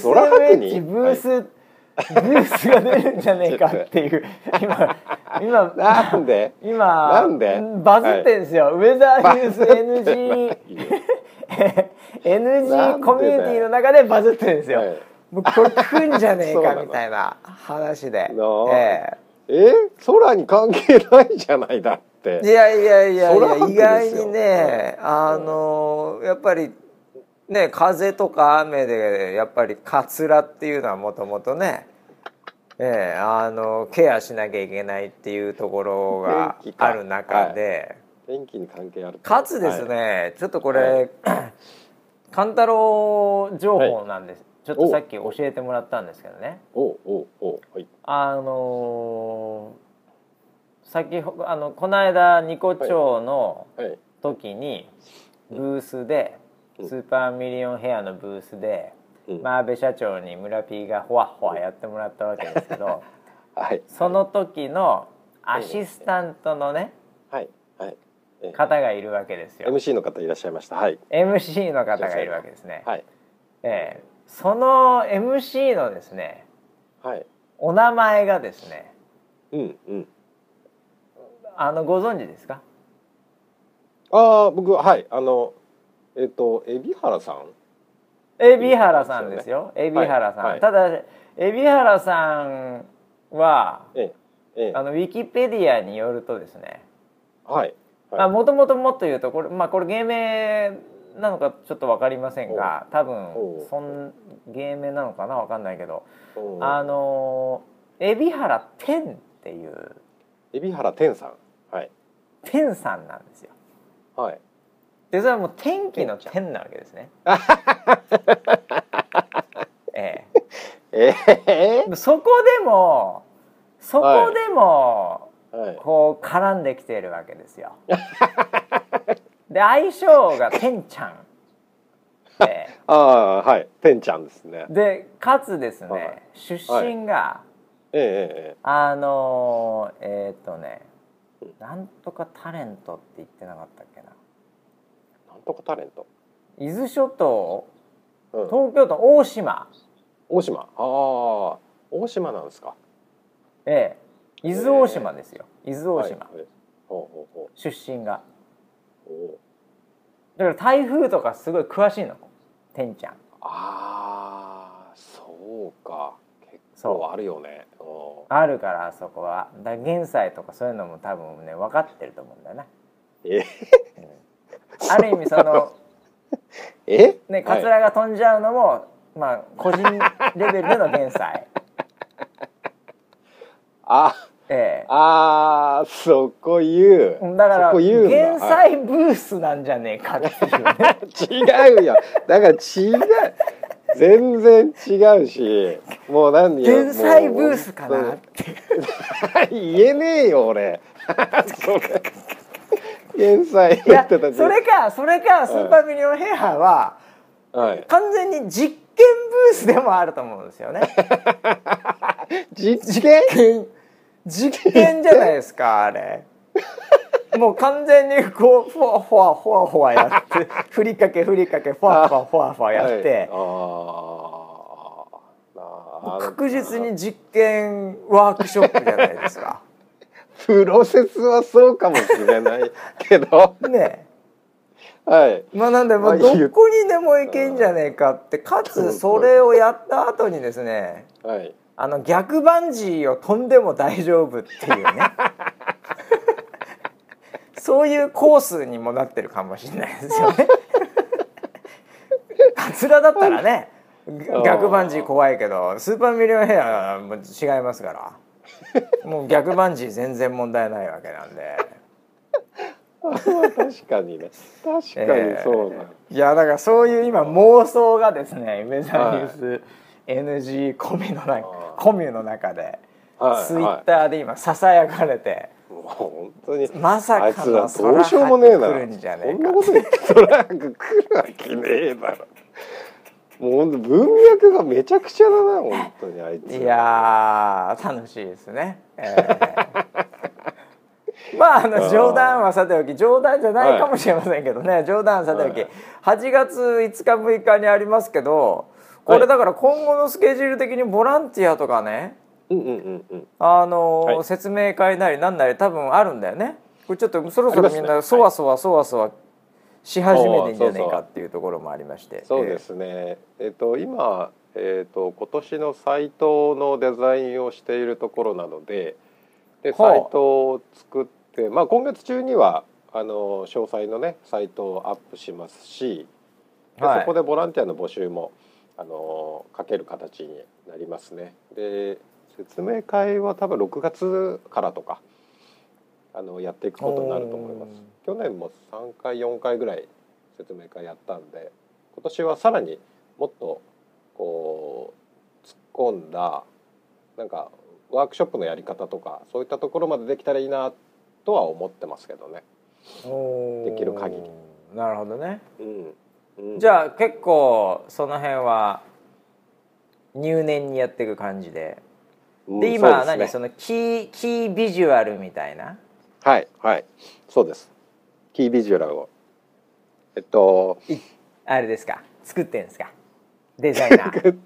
Speaker 2: 空白に
Speaker 1: SMH ブース、ブースが出るんじゃねえかっていう今今
Speaker 2: なんで
Speaker 1: 今
Speaker 2: なんで
Speaker 1: バズってんですよ、ウェザーニュース
Speaker 2: バズってない
Speaker 1: NG え NG コミュニティの中でバズってるんですよ、
Speaker 2: はい
Speaker 1: もうこれ来んじゃねえ
Speaker 2: そうな
Speaker 1: か
Speaker 2: の
Speaker 1: みたいな話で
Speaker 2: なあ
Speaker 1: え
Speaker 2: え空に関係ないじゃないだっ
Speaker 1: えい
Speaker 2: て
Speaker 1: やいやいやい
Speaker 2: そら
Speaker 1: や
Speaker 2: ハッピ
Speaker 1: 意
Speaker 2: ーで
Speaker 1: 外
Speaker 2: すよ
Speaker 1: にねあのやっぱりね風とか雨でやっぱりカツラっていうのはもともとねええあのケアしなきゃいけないっていうところが
Speaker 2: 元気か
Speaker 1: ある中で、
Speaker 2: 天気に関係ある
Speaker 1: かつですね、ちょっとこれ、 カンタロウ情報なんです、ちょっとさっき教えてもらったんですけどね
Speaker 2: おおおはい
Speaker 1: あのー先ほあのこの間ニコ町の
Speaker 2: はい
Speaker 1: 時にブースで、
Speaker 2: うん
Speaker 1: スーパーミリオンヘアのブースで、
Speaker 2: うん
Speaker 1: マーベ社長に村 P がホワホワやってもらったわけですけ ど
Speaker 2: はい
Speaker 1: その時のアシスタントのね
Speaker 2: はいはいええ
Speaker 1: 方がいるわけですよ
Speaker 2: MC の方いらっしゃいましたはい
Speaker 1: MC の方がいるわけですね。
Speaker 2: はい
Speaker 1: ええその MC のですね
Speaker 2: はい
Speaker 1: お名前がですね
Speaker 2: うんうん
Speaker 1: あのご存知ですか
Speaker 2: ああ僕ははいあのえっ、と海老原さん
Speaker 1: 海老原さんですよ海老原さん、
Speaker 2: はい
Speaker 1: ただ海老原さんは
Speaker 2: ええええ
Speaker 1: あのウィキペディアによるとですね
Speaker 2: はいはい
Speaker 1: まあもともともっと言うとこれ,、まあ、これ芸名なのかちょっと分かりませんが多
Speaker 2: お
Speaker 1: 分
Speaker 2: う
Speaker 1: そん芸名なのかな分かんないけど
Speaker 2: うん
Speaker 1: あのー海老原天っていう
Speaker 2: 海老原天さんはい
Speaker 1: 天さんなんですよ。
Speaker 2: はい
Speaker 1: でそれはもう天気の天なわけです ね。え
Speaker 2: ええ
Speaker 1: え、そこでもそこでも、
Speaker 2: はい
Speaker 1: こう絡んできているわけですよ。で相性が天ちゃんで
Speaker 2: ああはい天ちゃんですね
Speaker 1: でかつですね、
Speaker 2: はい
Speaker 1: 出身が、
Speaker 2: えええええ
Speaker 1: あのーえっ、とねなんとかタレントって言ってなかったっけな
Speaker 2: えなんとかタレント、
Speaker 1: 伊豆諸島
Speaker 2: うん、
Speaker 1: 東京都大島
Speaker 2: 大島ああ大島なんですか
Speaker 1: ええ伊豆大島ですよ、伊豆大島、
Speaker 2: はいはいほうほうほ
Speaker 1: 出身が
Speaker 2: うほう
Speaker 1: だから台風とかすごい詳しいのてんちゃん
Speaker 2: ああそうか結
Speaker 1: そう
Speaker 2: 構あるよねお
Speaker 1: あるからあそこはだから現在とかそういうのも多分ね分かってると思うんだよね
Speaker 2: え
Speaker 1: ある意味そ の
Speaker 2: え
Speaker 1: ね
Speaker 2: は
Speaker 1: カ
Speaker 2: い
Speaker 1: ツラが飛んじゃうのも、まあ個人レベルでの減 災
Speaker 2: あ
Speaker 1: ええ
Speaker 2: あーそこ言う
Speaker 1: だから
Speaker 2: そこ言うんだ
Speaker 1: 減
Speaker 2: はい
Speaker 1: 災ブースなんじゃねえかっていうね
Speaker 2: 違うよだから違う全然違うしもう何よ
Speaker 1: 減災ブースかなって
Speaker 2: 言えねえよ俺 それ天才
Speaker 1: い
Speaker 2: 言
Speaker 1: や
Speaker 2: って
Speaker 1: そ
Speaker 2: たし
Speaker 1: れかそれかスーパーミリオンヘアは
Speaker 2: はい、
Speaker 1: 完全に実験ブースでもあると思うんですよね
Speaker 2: 実験
Speaker 1: 実験じゃないですかあれもう完全にこうふわふわふわふわやってふりかけふりかけふわふわふわふわやって、
Speaker 2: はいあーあー
Speaker 1: 確実に実験ワークショップじゃないです か
Speaker 2: プロセスはそうかもしれないけど
Speaker 1: ね
Speaker 2: はい
Speaker 1: まあなんでま
Speaker 2: ま
Speaker 1: あ
Speaker 2: あ
Speaker 1: どこにでも行けんじゃねえかってかつそれをやった後にですね
Speaker 2: はい
Speaker 1: あの逆バンジーを飛んでも大丈夫っていうね そういうコースにもなってるかもしれないですよね。 カツラだったらね
Speaker 2: あー
Speaker 1: 逆バンジー怖いけどスーパーミリオンヘアはもう違いますからもう逆バンジー全然問題ないわけなんで
Speaker 2: 確かにね確かにそうな、
Speaker 1: いやだからそういう今妄想がですねウェザーニュース NG コミの中
Speaker 2: あー
Speaker 1: コミュの中で。
Speaker 2: はい
Speaker 1: ツイッターで今ささやかれて、
Speaker 2: はい、もう本当に
Speaker 1: まさ
Speaker 2: あい
Speaker 1: か
Speaker 2: つ
Speaker 1: の
Speaker 2: ら
Speaker 1: 空
Speaker 2: どうしようもねえな
Speaker 1: 白く来るんじゃねえ
Speaker 2: そ
Speaker 1: か
Speaker 2: んなこと言ってトラック来るわけねえだろもう本当文脈がめちゃくちゃだな本当にあいつ
Speaker 1: いやー楽しいですね、えー まああの冗談はさておき冗談じゃないかもしれませんけどね、冗談はさておき、
Speaker 2: はい
Speaker 1: 8月5日6日にありますけどこ
Speaker 2: は
Speaker 1: れ
Speaker 2: い
Speaker 1: だから今後のスケジュール的にボランティアとかね
Speaker 2: うんうんうんうん
Speaker 1: あのー
Speaker 2: はい
Speaker 1: 説明会なりなんなり多分あるんだよねこれちょっとそろそ
Speaker 2: あり
Speaker 1: ろ
Speaker 2: ます
Speaker 1: み
Speaker 2: ね
Speaker 1: んなそわそわそわそわし始めてんじゃねえかっていうところもありまして
Speaker 2: そうで、すねえっ、と今えっ、と今年のサイトのデザインをしているところなのでで
Speaker 1: ほう
Speaker 2: サイトを作ってまあ今月中にはあの詳細のねサイトをアップしますしで、
Speaker 1: はい
Speaker 2: そこでボランティアの募集もあのかける形になりますね。で説明会は多分6月からとかあのやっていくことになると思います。去年も3回4回ぐらい説明会やったんで今年はさらにもっとこう突っ込んだなんかワークショップのやり方とかそういったところまでできたらいいなとは思ってますけどね。
Speaker 1: で
Speaker 2: できる限り
Speaker 1: なるほどね
Speaker 2: うんうん、
Speaker 1: じゃあ結構その辺は入念にやっていく感じで
Speaker 2: うん
Speaker 1: で今
Speaker 2: そう
Speaker 1: 何
Speaker 2: です
Speaker 1: そ
Speaker 2: ね
Speaker 1: のキーキービジュアルみたいな
Speaker 2: はいはいそうですキービジュアルをえっと
Speaker 1: あれですか作ってんですかデザイ ナー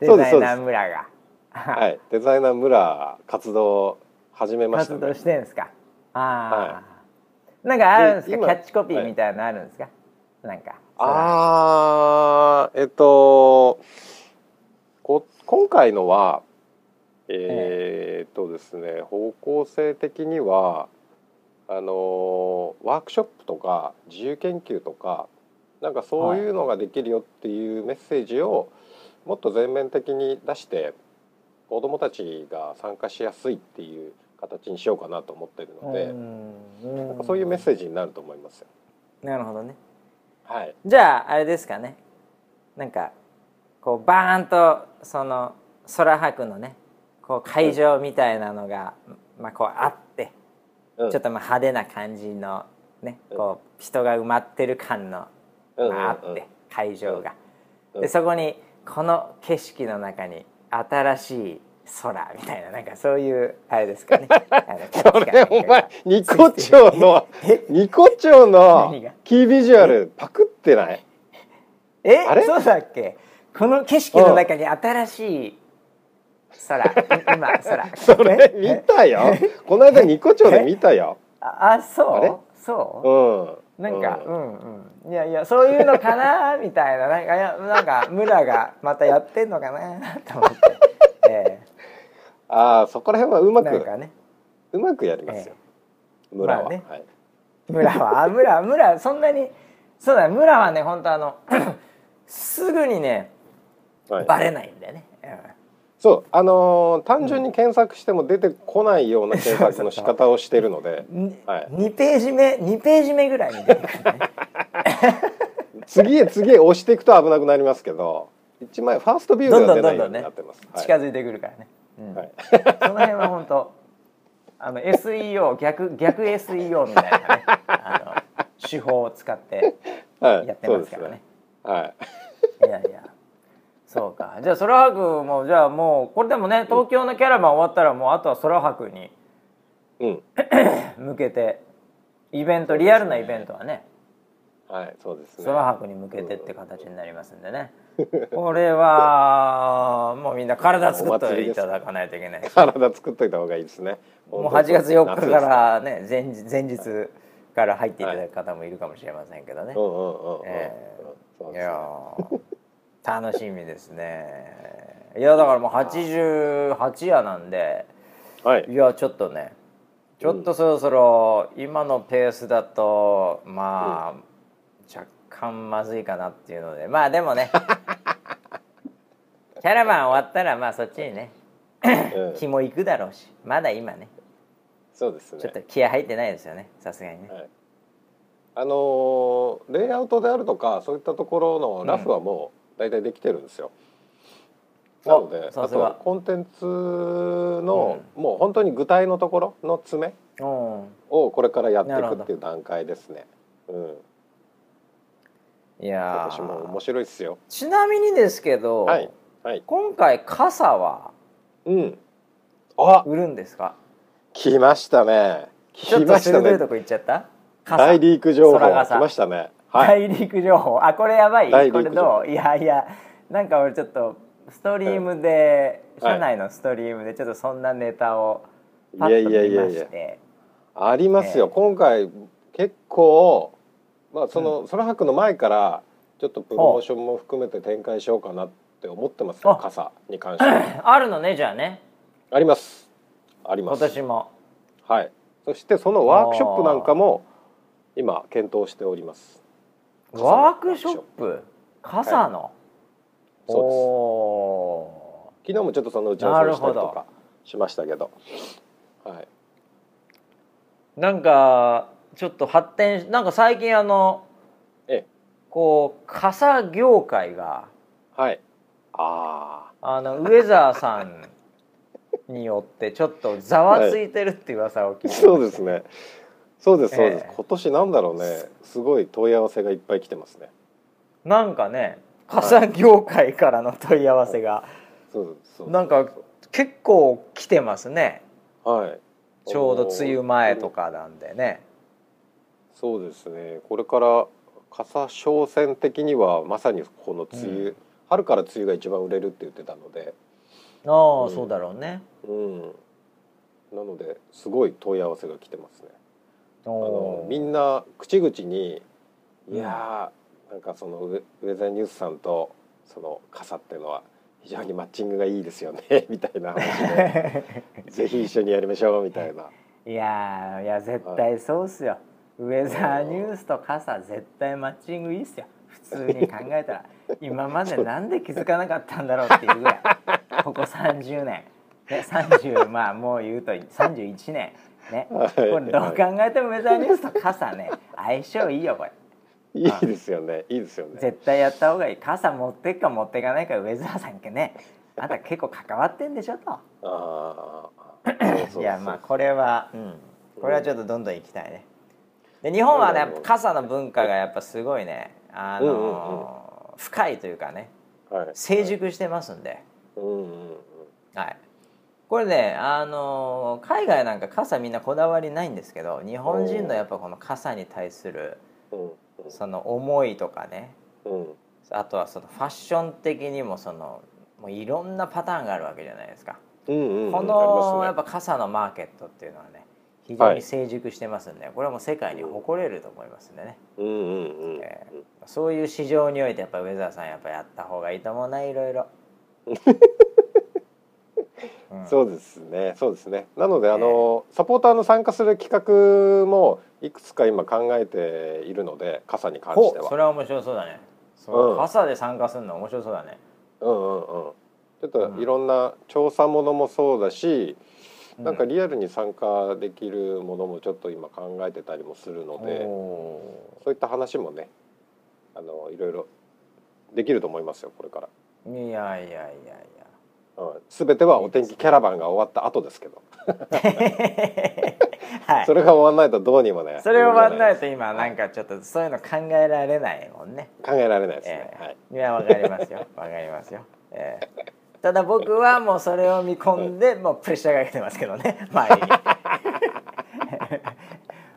Speaker 1: デ
Speaker 2: そうです
Speaker 1: ザイナー村が
Speaker 2: はい、デザイナー村活動始めました
Speaker 1: 活動
Speaker 2: ね。
Speaker 1: してんですかああ、なんかあるんです
Speaker 2: で
Speaker 1: か
Speaker 2: 今
Speaker 1: キャッチコピーみたいなのあるんですか、なんか
Speaker 2: あーえっとこ今回のはえーっとですね方向性的にはあのワークショップとか自由研究とかなんかそういうのができるよっていうメッセージをもっと全面的に出して子どもたちが参加しやすいっていう形にしようかなと思ってるので、なんかそういうメッセージになると思いますよ。
Speaker 1: ジなるほどね
Speaker 2: はい
Speaker 1: じゃああれですかねなんかこうバーンとその空白のねこう会場みたいなのが、まあ、こうあって
Speaker 2: うん
Speaker 1: ちょっとまあ派手な感じのね、
Speaker 2: うん
Speaker 1: こう人が埋まってる感の、
Speaker 2: うんうんうん
Speaker 1: まあ、あって、会場が、
Speaker 2: うん
Speaker 1: でそこにこの景色の中に新しい空みたいななんかそういうあれですかねあの
Speaker 2: それお前ニコ町の
Speaker 1: え
Speaker 2: ニコ町の
Speaker 1: 何が
Speaker 2: キービジュアルパクってない
Speaker 1: え
Speaker 2: あれ
Speaker 1: そうだっけこの景色の中に新しい空い今空
Speaker 2: それ見
Speaker 1: え
Speaker 2: たよこの間ニコ町で見たよ
Speaker 1: ああそう
Speaker 2: あれ
Speaker 1: そう
Speaker 2: うん
Speaker 1: なんか、うんうんいやいやそういうのかなみたいななんかいやなんか村がまたやってんのかなと思って、 え
Speaker 2: ああそこら辺はう
Speaker 1: え
Speaker 2: ま
Speaker 1: なん
Speaker 2: く
Speaker 1: かね
Speaker 2: うまくやりますよ村
Speaker 1: まあ
Speaker 2: は
Speaker 1: ね
Speaker 2: はい
Speaker 1: 村はあ村村そんなにそうだ村はね本当あの すぐにねバ
Speaker 2: はい
Speaker 1: レないんだよね、うん
Speaker 2: そうあのー単純に検索しても出てこないような検索の仕方をしてるので
Speaker 1: に
Speaker 2: はい
Speaker 1: 2ページ目2ページ目ぐらいに出てくるね
Speaker 2: 次へ次へ押していくと危なくなりますけど一枚ファーストビューでは出ないようになってますはい
Speaker 1: 近づいてくるからね、うん
Speaker 2: はい
Speaker 1: その辺は本当あの SEO 逆逆 SEO みたいなねあの手法を使って
Speaker 2: はい
Speaker 1: やってますからね,、
Speaker 2: そうですはい
Speaker 1: いやいやそうかじゃあ空白もじゃあもうこれでもね東京のキャラバン終わったらもうあとは空白に
Speaker 2: うん
Speaker 1: 向けてイベントリアルなイベントはね
Speaker 2: はい、そうですね。
Speaker 1: 空白に向けてって形になりますんでねこれはもうみんな体作っ
Speaker 2: お祭
Speaker 1: て
Speaker 2: り
Speaker 1: い
Speaker 2: です
Speaker 1: ただかないといけない
Speaker 2: 体作っといた方がいいですね。
Speaker 1: もう8月4日からね前日前日から入っていただく方もいるかもしれませんけどね、
Speaker 2: うんうんうんうん。
Speaker 1: ええ
Speaker 2: そう
Speaker 1: い
Speaker 2: ですね
Speaker 1: やー楽しみですねいやだからもう88夜なんで
Speaker 2: はい
Speaker 1: い。やちょっとねちょっとそろそろ今のペースだとまあ若干まずいかなっていうのでまあでも ねキャラバン終わったらまあそっちにね
Speaker 2: うん
Speaker 1: 日も行くだろうしまだ今ね
Speaker 2: そうですね
Speaker 1: ちょっ。と気合入ってないですよねさすがにね
Speaker 2: はい。あのーレイアウトであるとかそういったところのラフはもう大体できてるんですよ。
Speaker 1: お
Speaker 2: なので、
Speaker 1: さ
Speaker 2: あ
Speaker 1: すが
Speaker 2: とコンテンツの、もう本当に具体のところの詰め
Speaker 1: うん
Speaker 2: をこれからやってい
Speaker 1: なるほ
Speaker 2: く
Speaker 1: ど
Speaker 2: っていう段階ですね。うん。
Speaker 1: いや
Speaker 2: 私も面
Speaker 1: ー
Speaker 2: 白いですよ。
Speaker 1: ちなみにですけど、
Speaker 2: はいはい。
Speaker 1: 今回傘は
Speaker 2: うん。あ、
Speaker 1: 売るんですか
Speaker 2: 来ましたね。
Speaker 1: ちょ
Speaker 2: 来
Speaker 1: っと
Speaker 2: ました
Speaker 1: 鋭い
Speaker 2: ね
Speaker 1: と。こ行っちゃった傘
Speaker 2: 大リーク情報
Speaker 1: 空傘
Speaker 2: 来ましたね。は
Speaker 1: 大
Speaker 2: い。
Speaker 1: 陸情報あこれやばい
Speaker 2: 大陸
Speaker 1: これどういやいやなんか俺ちょっとストリームで、
Speaker 2: はい
Speaker 1: 社内のストリームでちょっとそんなネタを
Speaker 2: い
Speaker 1: パ
Speaker 2: や
Speaker 1: ッ
Speaker 2: い
Speaker 1: と
Speaker 2: やい
Speaker 1: 見
Speaker 2: や
Speaker 1: ま
Speaker 2: いや
Speaker 1: し。て
Speaker 2: ありますよ。
Speaker 1: ええ
Speaker 2: 今回結構まあその、空白の前からちょっとプロモーションも含めて展開しようかなって思ってますよ。
Speaker 1: あ
Speaker 2: 傘に関して は
Speaker 1: あるのねじゃあね
Speaker 2: あります。あります。
Speaker 1: 私も
Speaker 2: はい。そしてそのワークショップなんかも今検討しております。傘の
Speaker 1: ワークショップ傘の、
Speaker 2: そうです
Speaker 1: お
Speaker 2: 昨日もちょっとその打ち合わせをしたりと
Speaker 1: なる
Speaker 2: かしましたけど。はい。
Speaker 1: ーなんかちょっと発展しなんか最近あの
Speaker 2: ええ
Speaker 1: こう傘業界が
Speaker 2: はい。あ
Speaker 1: あのウェザーさんによってちょっとざわついてるって噂を聞いて
Speaker 2: あ。
Speaker 1: ます
Speaker 2: そうですね。そうですそうです。
Speaker 1: ええ
Speaker 2: 今年なんだろうね。すごい問い合わせがいっぱい来てますね。
Speaker 1: なんかね傘業界からの問い合わせが
Speaker 2: そうそう。
Speaker 1: なんか結構来てますね
Speaker 2: はい。
Speaker 1: ちょうど梅雨前と。かなんでね
Speaker 2: そうですね。これから傘商戦的にはまさにこの梅雨、
Speaker 1: う
Speaker 2: 春から梅雨が一番売れるって言ってたので、
Speaker 1: ああ、
Speaker 2: うん
Speaker 1: そうだろうね
Speaker 2: うん、なのですごい問い合わせが来てますね。
Speaker 1: あ
Speaker 2: あのみんな口々に「
Speaker 1: うん
Speaker 2: いやーなんかそのウェウェザーニュースさんとその傘っていうのは非常にマッチングがいいですよね」 みたいな話で 「ぜひ一緒にやりましょう」みたいな。
Speaker 1: いやーいや絶対そうっすよ、ウェザーニュースと傘絶対マッチングいいっすよ普通に考えたら今までなんで気づかなかったんだろうっていうぐ らいここ30年、ね、30まあもう言うと31年ね
Speaker 2: はい
Speaker 1: これどう考えてもウェザーニュースと傘ね相性いいよこれ
Speaker 2: いいですよね。いいですよね。
Speaker 1: 絶対やった方がいい傘持ってくか持ってかないかウェザーさんってねあんた結構関わってんでしょと。
Speaker 2: ああ。そうそうそ う
Speaker 1: いやまあこれは、うん、これはちょっとどんどん行きたいね。で日本はねやっぱ傘の文化がやっぱすごいねあのー深いというかね
Speaker 2: はい。
Speaker 1: 成熟してますんで、
Speaker 2: うんうんうん。
Speaker 1: はい、これねあのー海外なんか傘みんなこだわりないんですけど日本人のやっぱこの傘に対する
Speaker 2: うん
Speaker 1: その思いとかね
Speaker 2: うんうん。
Speaker 1: あとはそのファッション的にもそのもういろんなパターンがあるわけじゃないですか。
Speaker 2: うんうんうん。
Speaker 1: このやっぱ傘のマーケットっていうのはね非常に成熟してますんで、これはもう世界に誇れると思いますんでね、
Speaker 2: ぱ。うんうんうん。
Speaker 1: えーそういう市場においてやっぱウェザーさんやっぱやった方がいいと思うないろい ろ、うん
Speaker 2: そうですね、そうですね。なので、あのサポーターの参加する企画もいくつか今考えているので、傘に関
Speaker 1: ほ
Speaker 2: して
Speaker 1: うそ
Speaker 2: は。
Speaker 1: れは面白そうだねそう
Speaker 2: うん
Speaker 1: 傘で参加するの面白そうだね、
Speaker 2: うんうんうん。ちょっといろんな調査ものもそうだし、
Speaker 1: う
Speaker 2: なんかリアルに参加できるものもちょっと今考えてたりもするので、
Speaker 1: お
Speaker 2: そういった話もね、あのいろいろできると思いますよこれから。
Speaker 1: ーいやいやいやいや
Speaker 2: うん、全てはお天気キャラバンが終わった後ですけど、
Speaker 1: はい
Speaker 2: それが終わらないとどうにもね
Speaker 1: それを終わんないと
Speaker 2: い
Speaker 1: 今なんかちょっとそういうの考えられないもんね
Speaker 2: 考えられないですね、
Speaker 1: え
Speaker 2: はい
Speaker 1: えいやわかりますよわかりますよ、ええただ僕はもうそれを見込んでもうプレッシャーかけてますけど ね周りに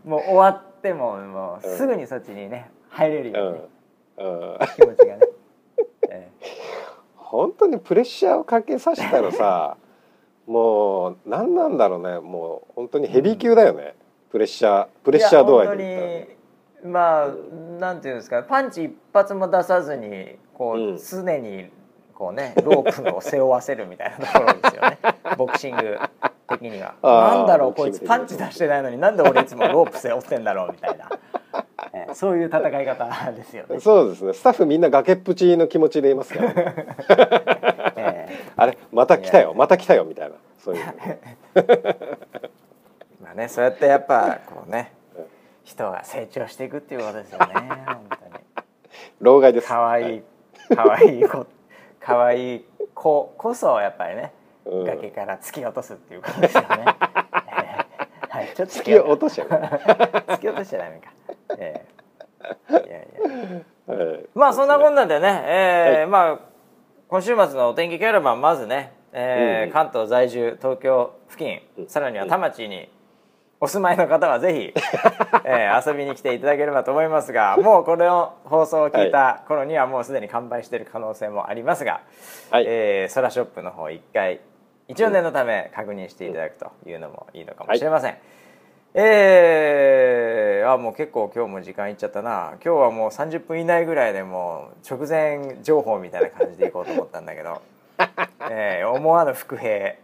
Speaker 1: もう終わってももうすぐにそっちにね入れる
Speaker 2: う
Speaker 1: ようにね、
Speaker 2: んうん、
Speaker 1: 気持ちがね、え
Speaker 2: 本当にプレッシャーをかけさせた らさもう何なんだろうねもう本当にヘビー級だよね、プレッシャープ
Speaker 1: え
Speaker 2: レッシャー度合い
Speaker 1: いや
Speaker 2: で言ったらね
Speaker 1: 本当にまあなんていうんですかパンチ一発も出さずにこう、
Speaker 2: うん
Speaker 1: 常にこうねロープを背負わせるみたいなところですよ ねボクシング的には
Speaker 2: あー
Speaker 1: なんだろうこ
Speaker 2: ボクシ
Speaker 1: いつ
Speaker 2: ング的に、
Speaker 1: パンチ出してないのになんで俺いつもロープ背負ってんだろうみたいな、えーそういう戦い方ですよね
Speaker 2: そうですねスタッフみんな崖っぷちの気持ちでいますから、 ね、
Speaker 1: え
Speaker 2: あれまた来た
Speaker 1: いや
Speaker 2: よまた来たよみたいなそういうの
Speaker 1: ーまあねそうやってやっぱこうね人が成長していくっていうことですよね本当に。
Speaker 2: 老害です
Speaker 1: 可愛
Speaker 2: はい
Speaker 1: 可愛い子 可愛い子こそやっぱりね、
Speaker 2: うん
Speaker 1: 崖から突き落とすっていうことですよね。 えーはい、ちょっと
Speaker 2: 突き落としちゃ う
Speaker 1: 突き落としちゃダメか。えーいやいや
Speaker 2: い
Speaker 1: まあそんなこんなんでね、えーまあ今週末のお天気キャラバンまずね、えー
Speaker 2: うんうん
Speaker 1: 関東在住東京付近さらには田町にお住まいの方はぜひ、えー遊びに来ていただければと思いますがもうこれの放送を聞いた頃にはもうすでに完売している可能性もありますが、
Speaker 2: はい
Speaker 1: えーソラショップの方一回一応念のため確認していただくというのもいいのかもしれません。えー、あもう結構今日も時間いっちゃったな今日はもう30分以内ぐらいでもう直前情報みたいな感じでいこうと思ったんだけ ど、えー、思わぬ伏兵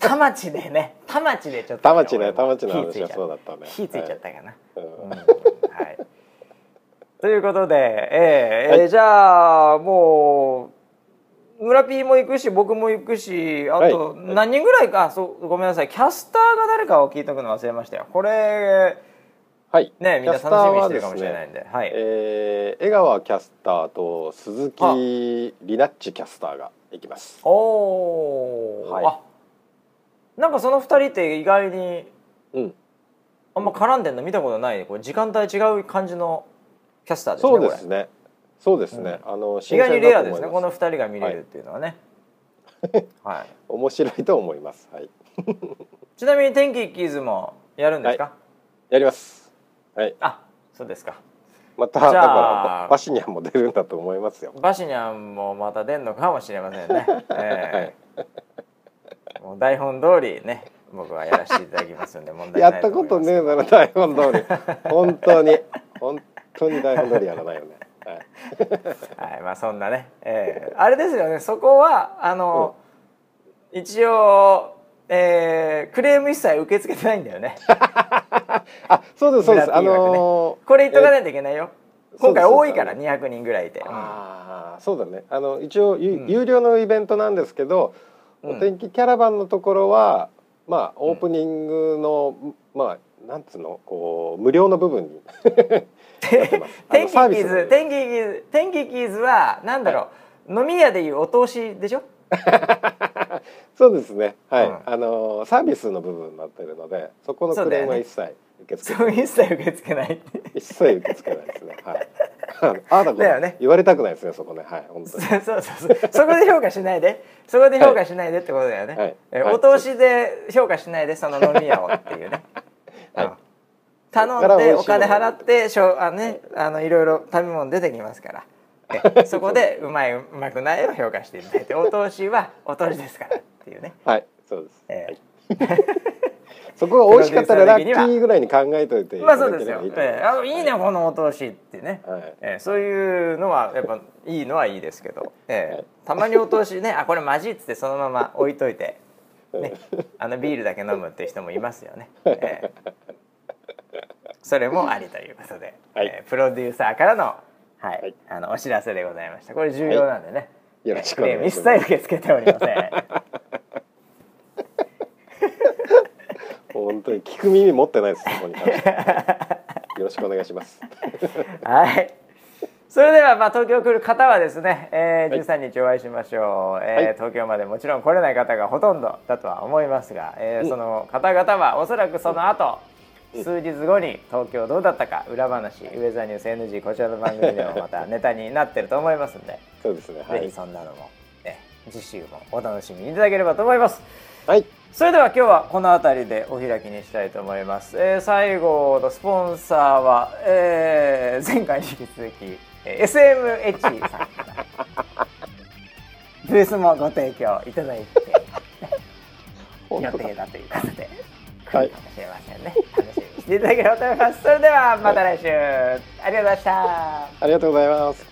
Speaker 1: 田町でね田町でちょっと
Speaker 2: 田町ね
Speaker 1: 俺も
Speaker 2: 田町の
Speaker 1: 火ついちゃ
Speaker 2: 話はそうだったね
Speaker 1: 火ついちゃったかな、
Speaker 2: はい
Speaker 1: うん
Speaker 2: うん
Speaker 1: はいということで、えーえー
Speaker 2: はい
Speaker 1: じゃあもう村 P も行くし僕も行くしあと
Speaker 2: はい
Speaker 1: 何人ぐらいか、あそうごめんなさいキャスターが誰かを聞いとくの忘れましたよこれ
Speaker 2: はい
Speaker 1: ねみんな
Speaker 2: キャスター
Speaker 1: 楽しみにし
Speaker 2: は
Speaker 1: て
Speaker 2: で
Speaker 1: る
Speaker 2: す
Speaker 1: か
Speaker 2: ね
Speaker 1: もしれないんではい、
Speaker 2: えー江川キャスターと鈴
Speaker 1: あ
Speaker 2: 木リナッチキャスターが行きます
Speaker 1: おお、
Speaker 2: はい
Speaker 1: あなんかその2人って意外に
Speaker 2: うん
Speaker 1: あんま絡んでんの見たことないねこれ時間帯違う感じのキャスターですね
Speaker 2: そうです
Speaker 1: こ
Speaker 2: ねそうですね、あの
Speaker 1: れ意
Speaker 2: 新
Speaker 1: 外に
Speaker 2: 鮮だ
Speaker 1: レア
Speaker 2: と
Speaker 1: で
Speaker 2: 思いますす
Speaker 1: ねこの2人が見れるっていうのはね、はい、
Speaker 2: 面白いと思いますはい
Speaker 1: ちなみに天気キーズもやるんですか、
Speaker 2: やりますはい
Speaker 1: あそうですか
Speaker 2: まただ
Speaker 1: じゃあ
Speaker 2: からバシニャンも出るんだと思いますよ。
Speaker 1: バシニャンもまた出んのかもしれません ね。ええもう台本通りね、僕はやらせていただきますんで問題
Speaker 2: や
Speaker 1: な
Speaker 2: っ
Speaker 1: いと
Speaker 2: た
Speaker 1: 思
Speaker 2: こ
Speaker 1: います。
Speaker 2: とねえなら台本通り 本当に本当に台本通りやらないよね。はい
Speaker 1: はい、まあそんなね、えーあれですよね、そこはあの、一応、えークレーム一切受け付けてないんだよね。
Speaker 2: あそうですそうで
Speaker 1: 狙っ
Speaker 2: す、あ
Speaker 1: ていいわけね
Speaker 2: のー
Speaker 1: これ言っとかないといけないよ。
Speaker 2: えー
Speaker 1: 今回多いから
Speaker 2: そう
Speaker 1: 200人ぐらいいて。うん
Speaker 2: ああそうだねあの一応、ゆ
Speaker 1: うん
Speaker 2: 有料のイベントなんですけど、
Speaker 1: うん
Speaker 2: お天気キャラバンのところはまあオープニングの、まあなんつうのこう無料の部 分に なってますあの
Speaker 1: 天気キ
Speaker 2: サービ
Speaker 1: ー
Speaker 2: スの
Speaker 1: ズ、天気キーズ、天気キーズはなんだろう、飲み屋でいうお通しでしょ。
Speaker 2: そうですねはい、
Speaker 1: うん
Speaker 2: あのーサービスの部分になってるのでそこのクレームは一切受け付け
Speaker 1: そう一切受け付けない。
Speaker 2: 一切受け付けないですね。はい。 ああだこ
Speaker 1: だよね
Speaker 2: 言われたくないですねそこねはい本当
Speaker 1: そう
Speaker 2: に。
Speaker 1: そうそうそうそこで評価しないでそこで評価しないでってことだよね、
Speaker 2: はい
Speaker 1: え
Speaker 2: はい
Speaker 1: お通しで評価しないでその飲み屋をって いうね、
Speaker 2: はい
Speaker 1: うん頼んでお金払ってしょうあねあのいろいろ食べ物出てきますからえそこでうまいうまくないを評価していただいてお通しはお通しですからっていうね、
Speaker 2: はいそうです。
Speaker 1: えー
Speaker 2: そこが美味しかったらラッ
Speaker 1: プ
Speaker 2: キ
Speaker 1: ロデューサー的に
Speaker 2: ーぐらいに考えといてい
Speaker 1: まあ
Speaker 2: た
Speaker 1: そ
Speaker 2: だ
Speaker 1: うで
Speaker 2: け
Speaker 1: す
Speaker 2: れ
Speaker 1: よ
Speaker 2: ばいい。と思い
Speaker 1: ええあのいいねこのお通しってね。
Speaker 2: はい
Speaker 1: ええそういうのはやっぱいいのはいいですけど、ええたまにお通しねあこれマジっつってそのまま置いといて。ね、あのビールだけ飲むって人もいますよね、ええそれもありということで、
Speaker 2: はい
Speaker 1: ええプロデューサーからの,、はい
Speaker 2: はい
Speaker 1: あのお知らせでございましたこれ重要なんでね、
Speaker 2: いよろしくお願いします
Speaker 1: ええクレーム一切受け付けておりません
Speaker 2: 本当に聞く耳持ってないですそこに関 して。よろしくお願いします。
Speaker 1: はい。それではまあ東京来る方はですね、えー
Speaker 2: はい
Speaker 1: 13日お会いしましょう、えー
Speaker 2: はい
Speaker 1: 東京までもちろん来れない方がほとんどだとは思いますが、えー
Speaker 2: うん
Speaker 1: その方々はおそらくその後、数日後に東京どうだったか裏話、ウェザーニュース NG こちらの番組でもまたネタになってると思いますんで、
Speaker 2: そうですねは
Speaker 1: ぜ
Speaker 2: い
Speaker 1: ひそんなのも、えー次週もお楽しみいただければと思います。
Speaker 2: はい
Speaker 1: それでは今日はこの辺りでお開きにしたいと思います、えー最後のスポンサーは、えー前回に引き続きえー SMH さんからブースもご提供いただいて
Speaker 2: 本
Speaker 1: 予
Speaker 2: 当だ
Speaker 1: 定だということで
Speaker 2: はい
Speaker 1: 来るかもしれませんね楽しみにしていただければと思いますそれではまた来週ありがとうございました
Speaker 2: ありがとうございます。